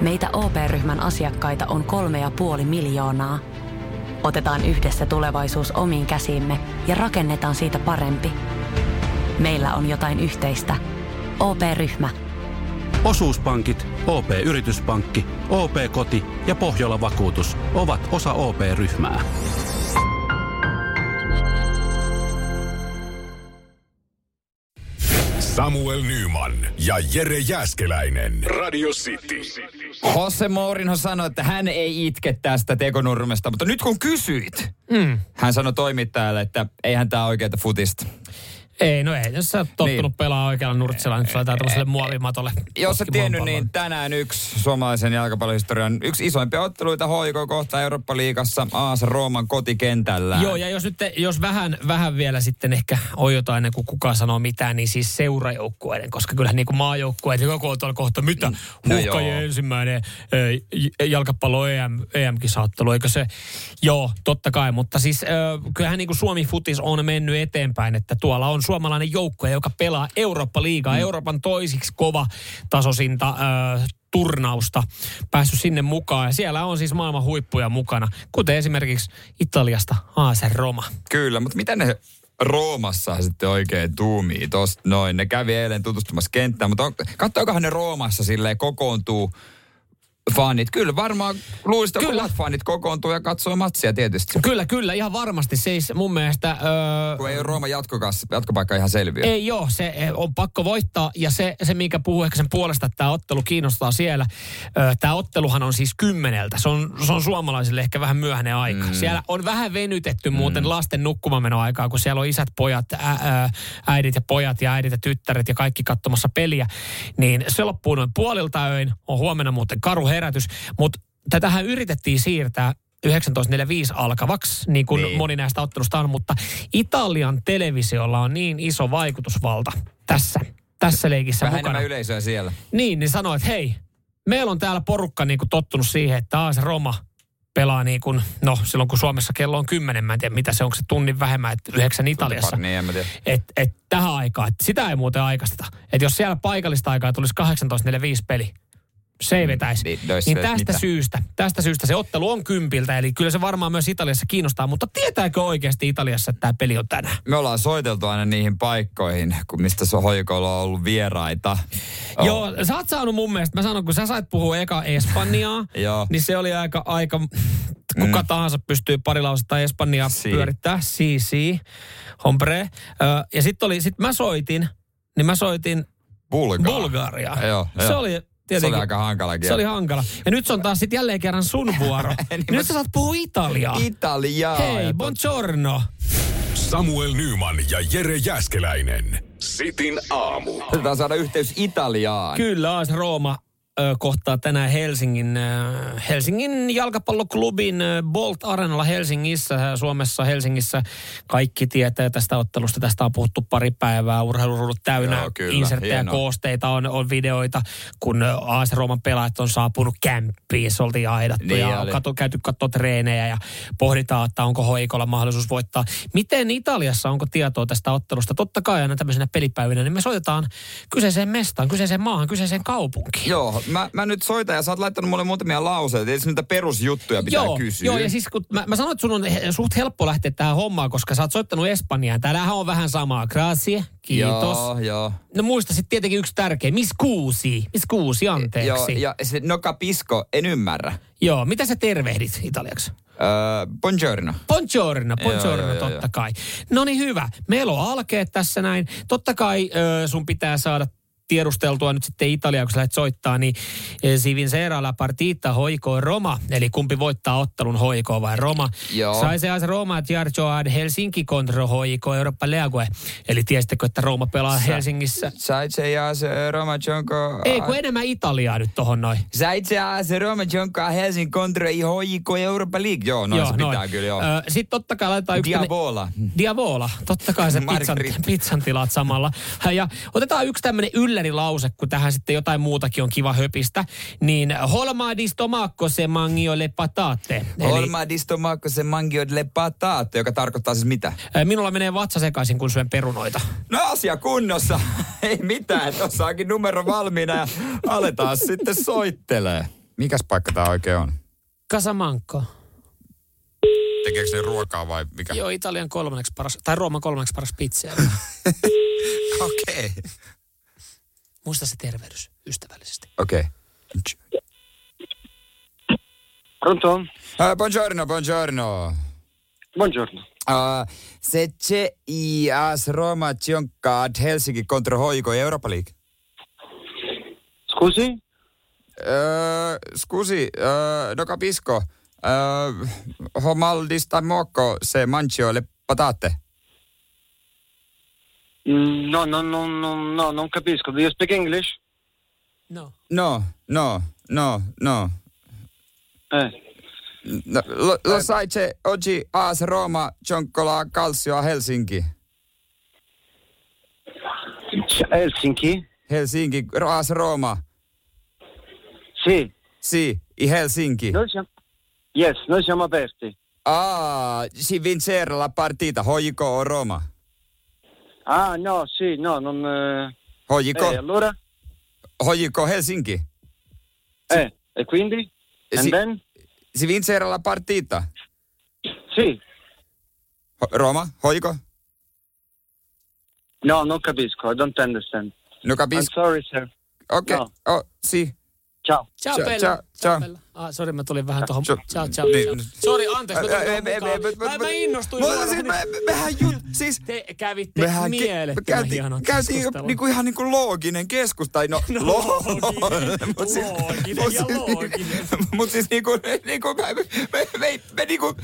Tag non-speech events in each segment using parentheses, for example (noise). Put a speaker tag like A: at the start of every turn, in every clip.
A: Meitä OP-ryhmän asiakkaita on kolme ja puoli miljoonaa. Otetaan yhdessä tulevaisuus omiin käsiimme ja rakennetaan siitä parempi. Meillä on jotain yhteistä. OP-ryhmä.
B: Osuuspankit, OP-yrityspankki, OP-koti ja Pohjola-vakuutus ovat osa OP-ryhmää.
C: Samuel Nyman ja Jere Jäskeläinen. Radio City.
D: Jose Mourinho sanoi, että hän ei itke tästä tekonurmesta, mutta nyt kun kysyit, mm. hän sanoi toimittajalle, että eihän tämä oikeita futista.
E: Ei, no ei. Jos sä oot tottunut niin. pelaa oikealla nurtsilla, niin sä laitetaan tämmöiselle muovimatolle.
D: Jos et
E: potkimaan
D: tiennyt,
E: pallon.
D: niin tänään yksi suomalaisen jalkapallohistorian yksi isoimpia otteluita HJK kohtaa Eurooppa-liigassa AS Rooman kotikentällä.
E: Joo, ja jos nyt te, jos vähän, vähän vielä sitten ehkä on jotain, ennen kuin kukaan sanoo mitään, niin siis seurajoukkueiden, koska kyllähän niin kuin maajoukkueet, joka on tuolla kohta, mitä?
D: no
E: Huhkajien
D: joo.
E: ensimmäinen ö, jalkapallo E EM, EM-kisaottelu, eikö se? Joo, totta kai, mutta siis ö, kyllähän niin kuin Suomi Futis on mennyt eteenpäin, että tuolla on suomalainen joukkue, joka pelaa Eurooppa-liigaa, mm. Euroopan toisiksi kova tasosinta ö, turnausta, päässyt sinne mukaan. Ja siellä on siis maailman huippuja mukana, kuten esimerkiksi Italiasta AS Roma.
D: Kyllä, mutta mitä ne Roomassa sitten oikein tuumii tosta noin? Ne kävi eilen tutustumassa kenttään, mutta on, katsoikohan ne Roomassa silleen kokoontuu fanit? Kyllä, varmaan luulisi, että
E: Kyllä.
D: omat fanit kokoontuu ja katsoo matsia tietysti.
E: Kyllä, kyllä, ihan varmasti. Siis mun mielestä... Öö,
D: Kun ei ole Rooman jatkokas, jatkopaikka ihan selviö.
E: ei joo, se eh, on pakko voittaa ja se, se mikä puhuu ehkä sen puolesta, että tämä ottelu kiinnostaa siellä. Ö, Tämä otteluhan on siis kymmeneltä. Se on, se on suomalaisille ehkä vähän myöhäinen aika. Mm. Siellä on vähän venytetty muuten lasten nukkumamenoaikaa, kun siellä on isät, pojat, ä, ä, äidit ja pojat ja äidit ja tyttäret ja kaikki katsomassa peliä. Niin se loppuu noin puolilta öin. On huomenna muuten karu herätys, mutta tätähän yritettiin siirtää 19.45 alkavaksi, niin kuin niin. moni näistä ottelusta on, mutta Italian televisiolla on niin iso vaikutusvalta tässä, tässä leikissä
D: Vähän
E: mukana.
D: enemmän yleisöä siellä.
E: Niin, niin sanoo, että hei, meillä on täällä porukka niin kuin tottunut siihen, että AS Roma pelaa niin kuin, no silloin kun Suomessa kello on kymmenen, mä en tiedä mitä se on, onko se tunnin vähemmän, että yhdeksän Italiassa
D: Niin, en mä tiedä.
E: että et tähän aikaan, että sitä ei muuten aikasteta. Että jos siellä paikallista aikaa tulisi 18.45 peli, se ei vetäisi.
D: niin,
E: Niin,
D: no ei se
E: tästä
D: mitään.
E: syystä, tästä syystä se ottelu on kympiltä, eli kyllä se varmaan myös Italiassa kiinnostaa, mutta tietääkö oikeasti Italiassa, että tämä peli on tänään?
D: me ollaan soiteltu aina niihin paikkoihin, kun mistä se hoikolla on ollut vieraita.
E: Oh. Joo, sä oot saanut mun mielestä, mä sanon, kun sä sait puhua eka Espanjaa,
D: (laughs) Joo.
E: niin se oli aika, aika kuka mm. tahansa pystyy pari lausetta Espanjaa
D: Si.
E: si. pyörittää. Si, si, hombre. Ö, ja sitten oli, sit mä soitin, niin mä soitin
D: Bulgaria.
E: Bulgaria.
D: Joo,
E: Se
D: joo.
E: oli
D: Se
E: tietenkin...
D: oli aika hankala kieli.
E: se oli hankala. Ja nyt se on taas sitten jälleen kerran
D: (laughs)
E: sun vuoro.
D: Niin
E: nyt
D: mä-
E: sä saat puhua italiaa.
D: Italiaa.
E: Hei,
D: Ja tuota,
E: buongiorno.
C: Samuel Nyman ja Jere Jäskeläinen. Sitin aamu.
D: Yritetään saada yhteys Italiaan.
E: Kyllä, AS Rooma ö, kohtaa tänään Helsingin, ö, Helsingin jalkapalloklubin ö, Bolt Arenalla Helsingissä, ö, Suomessa Helsingissä. Kaikki tietää tästä ottelusta, tästä on puhuttu pari päivää, urheiluruudut täynnä,
D: Joo, kyllä,
E: inserttejä,
D: hienoa.
E: koosteita, on, on videoita, kun ö, AS Rooman pelaajat on saapunut kämppiin, se oltiin aidattu
D: Niin
E: ja
D: oli.
E: on katu, käyty katsoa treenejä ja pohditaan, että onko hoikolla mahdollisuus voittaa. Miten Italiassa, onko tietoa tästä ottelusta? Totta kai aina tämmöisenä pelipäivinä, niin me soitetaan kyseiseen mestaan, kyseiseen maahan, kyseiseen kaupunkiin.
D: Joo, mä, mä nyt soitan ja sä oot laittanut mulle muutamia lauseita. Tietysti niitä perusjuttuja pitää
E: Joo,
D: kysyä.
E: joo, ja siis kun mä, mä sanoin, että sun on he- suht helppo lähteä tähän hommaan, koska sä oot soittanut Espanjaan. Täällähän on vähän samaa. Grazie, kiitos.
D: Joo,
E: Joo.
D: joo.
E: No muista sitten tietenkin yksi tärkeä. Miss kuusi? Miss kuusi, anteeksi.
D: Joo, ja se, no capisco, en ymmärrä.
E: joo. mitä sä tervehdit italiaksi?
D: Öö, buongiorno.
E: Buongiorno, buongiorno
D: joo, joo,
E: totta
D: joo.
E: kai. No niin hyvä, meillä on alkeet tässä näin. Totta kai ö, sun pitää saada tiedusteltua nyt sitten Italiaa, kun sä lähdet soittaa, niin eh, si vincerà la partita hoiko Roma, eli kumpi voittaa ottelun hoiko vai Roma.
D: Joo.
E: Sai se as Roma Giorgio ad Helsinki contro hoiko Eurooppa League. Eli tiesittekö, että Rooma pelaa
D: Sä-
E: Helsingissä?
D: Sä itse asiassa e, Roma Jonko...
E: Ei, kun enemmän Italiaa nyt tohon noin.
D: Sä itse asiassa Roma Jonko Helsingin kontra i hoiko Europa League. Joo, noin se pitää kyllä, joo.
E: Sitten totta kai laitetaan yksi...
D: Diavola.
E: Diavola, totta kai se pizzan,
D: (laughs) Margrit.
E: pizzan tilaat samalla. Ja otetaan yksi tämmöinen yllärilause, kun tähän sitten jotain muutakin on kiva höpistä. Niin holma di stomacco se mangio le patate. Eli
D: Olma di stomacco se mangio delle patate, joka tarkoittaa siis mitä?
E: ö, minulla menee vatsa sekaisin, kun syön perunoita.
D: No asia kunnossa. (laughs) (laughs) Ei mitään, tuossa onkin numero valmiina ja aletaan sitten soittelee. mikäs paikka tämä oikein on?
E: Casamancca.
D: Tekeekö ne ruokaa vai mikä?
E: Joo, Italian kolmanneksi paras, tai Rooman kolmanneksi paras
D: (laughs)
E: pizza.
D: Okei. Okay.
E: Muista se tervehdys ystävällisesti.
D: Okei. Okay.
F: Pronto?
D: Eh, buongiorno, buongiorno.
F: Buongiorno.
D: Uh, se c'è i AS Roma gioca ad Helsinki contro Hoiko Europa League.
F: Scusi?
D: Uh, scusi, uh, no capisco. Uh, ho mal di stomacco se mangio le patate.
F: Mm, No, no, no, no, no, non capisco. Do you speak English?
E: No.
D: No, no, no, no.
F: Eh.
D: no lo, lo sai che oggi AS Roma gioca la calcio a Helsinki.
F: C- Helsinki?
D: Helsinki, AS Roma.
F: Sì.
D: Sì, i Helsinki.
F: Noi siamo... Yes, noi siamo aperti.
D: Ah, si vincerà la partita, Hoiko o Roma?
F: Ah, no, sì, no, non... eh,
D: Hoiko,
F: Eh, allora?
D: Hoiko Helsinki.
F: Eh, e quindi? And
D: sì.
F: then?
D: Si vincerà la partita.
F: Sì.
D: Ho- Roma, Hoiko?
F: No, non capisco. I don't understand.
D: No
F: I'm
D: capisco.
F: sorry, sir.
D: Okei,
F: no.
D: oh, si.
F: Ciao.
D: Ciao,
E: Ciao, Pella.
D: ciao,
E: Ciao,
D: ciao.
E: Pella. Ah, sori, mä tulin vähän tuohon.
D: Ciao.
E: Ciao, ciao.
D: Niin.
E: ciao. Sori, anteeksi, mä
D: Ä- ä-
E: tulin
D: ä-
E: tuohon
D: ä-
E: mukaan. Mä-
D: ä-
E: Mä innostuin.
D: Mutta
E: suoraan.
D: siis me, me- mehän jut, siis...
E: Te kävitte
D: Mehän ke-
E: mielettömän
D: käytiin-
E: hienoa
D: käytiin
E: keskustelua.
D: niinku ihan niinku looginen keskus, tai
E: (laughs)
D: no, no looginen, mut siis,
E: looginen
D: mut
E: ja
D: siis-
E: looginen.
D: (laughs) Mut siis niinku, niinku me, me, me, me niinku,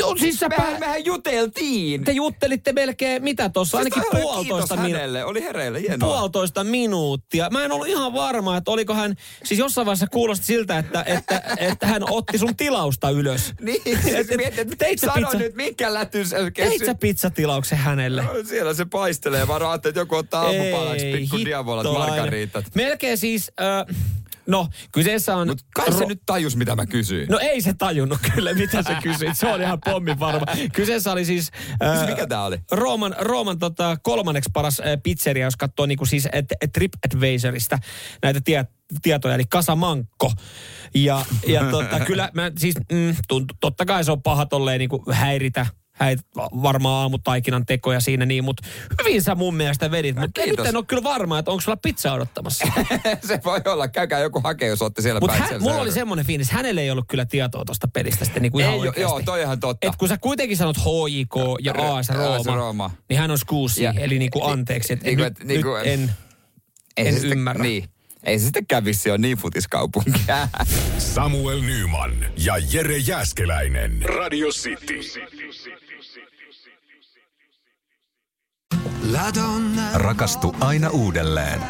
E: No siis säpä-
D: mehän, mehän juteltiin.
E: Te juttelitte melkein, mitä tuossa, ainakin
D: Siis toi-
E: puolitoista
D: Kiitos
E: minuuttia.
D: hänelle, oli hereillä, hienoa.
E: puolitoista minuuttia. Mä en ollut ihan varma, että oliko hän, siis jossain vaiheessa kuulosti siltä, että, että, että hän otti sun tilausta ylös.
D: Niin, (laughs) siis
E: et-
D: mietin, että
E: teit sä
D: sano
E: pizza-
D: nyt, mikä lätys äsken
E: Teit sä
D: sy-
E: pizzatilauksen hänelle?
D: No, Siellä se paistelee, varmaan ajattelin, että joku ottaa aamupalaksi
E: Ei,
D: pikku diavolat,
E: hittolainen.
D: margariitat.
E: Melkein siis, äh, no kyseessä on...
D: Mut kai se
E: ro-
D: nyt tajus, mitä mä kysyin.
E: No ei se tajunnut kyllä, mitä se kysyit. Se on ihan pommin varma. Kyseessä oli siis... ää,
D: Siis mikä tää oli? (laughs)
E: Rooman, Rooman tota, kolmanneksi paras ää, pizzeria, jos katsoo niinku siis et, et TripAdvisorista näitä tie, tietoja, eli Kasamanko. Ja,
D: (laughs)
E: ja tota, kyllä mä siis, mm, tunt, totta kai se on paha tolleen niinku häiritä häit, varmaan aamutaikinan tekoja siinä niin, mutta hyvin sä mun mielestä vedit. Mutta nyt
D: Äh, Kiitos.
E: en ole kyllä varma, että onko sulla pizza odottamassa.
D: (laughs) se voi olla. Käykää joku hakee, jos olette siellä
E: Mutta
D: päin.
E: hän,
D: siellä
E: mulla
D: seuraa.
E: oli semmoinen fiilis, hänellä ei ollut kyllä tietoa tuosta pelistä sitten niinku ihan
D: Ei, joo,
E: oikeasti.
D: joo, toi on ihan totta.
E: Et kun sä kuitenkin sanot HJK ja
D: R-
E: AS
D: AS
E: Rooma,
D: Rooma.
E: niin hän on skuusi,
D: Ja-
E: eli niinku anteeksi, että
D: niinku,
E: nyt,
D: et niinku-
E: nyt en...
D: Ei
E: en
D: se sitten-
E: ymmärrä.
D: Niin. Ei se sitten kävisi, se on niin futiskaupunki. (laughs)
C: Samuel Nyman ja Jere Jäskeläinen. Radio City.
G: Rakastu aina uudelleen.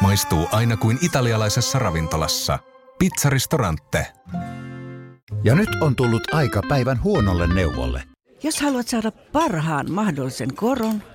G: Maistuu aina kuin italialaisessa ravintolassa. Pizzaristorante.
H: Ja nyt on tullut aika päivän huonolle neuvolle.
I: Jos haluat saada parhaan mahdollisen koron,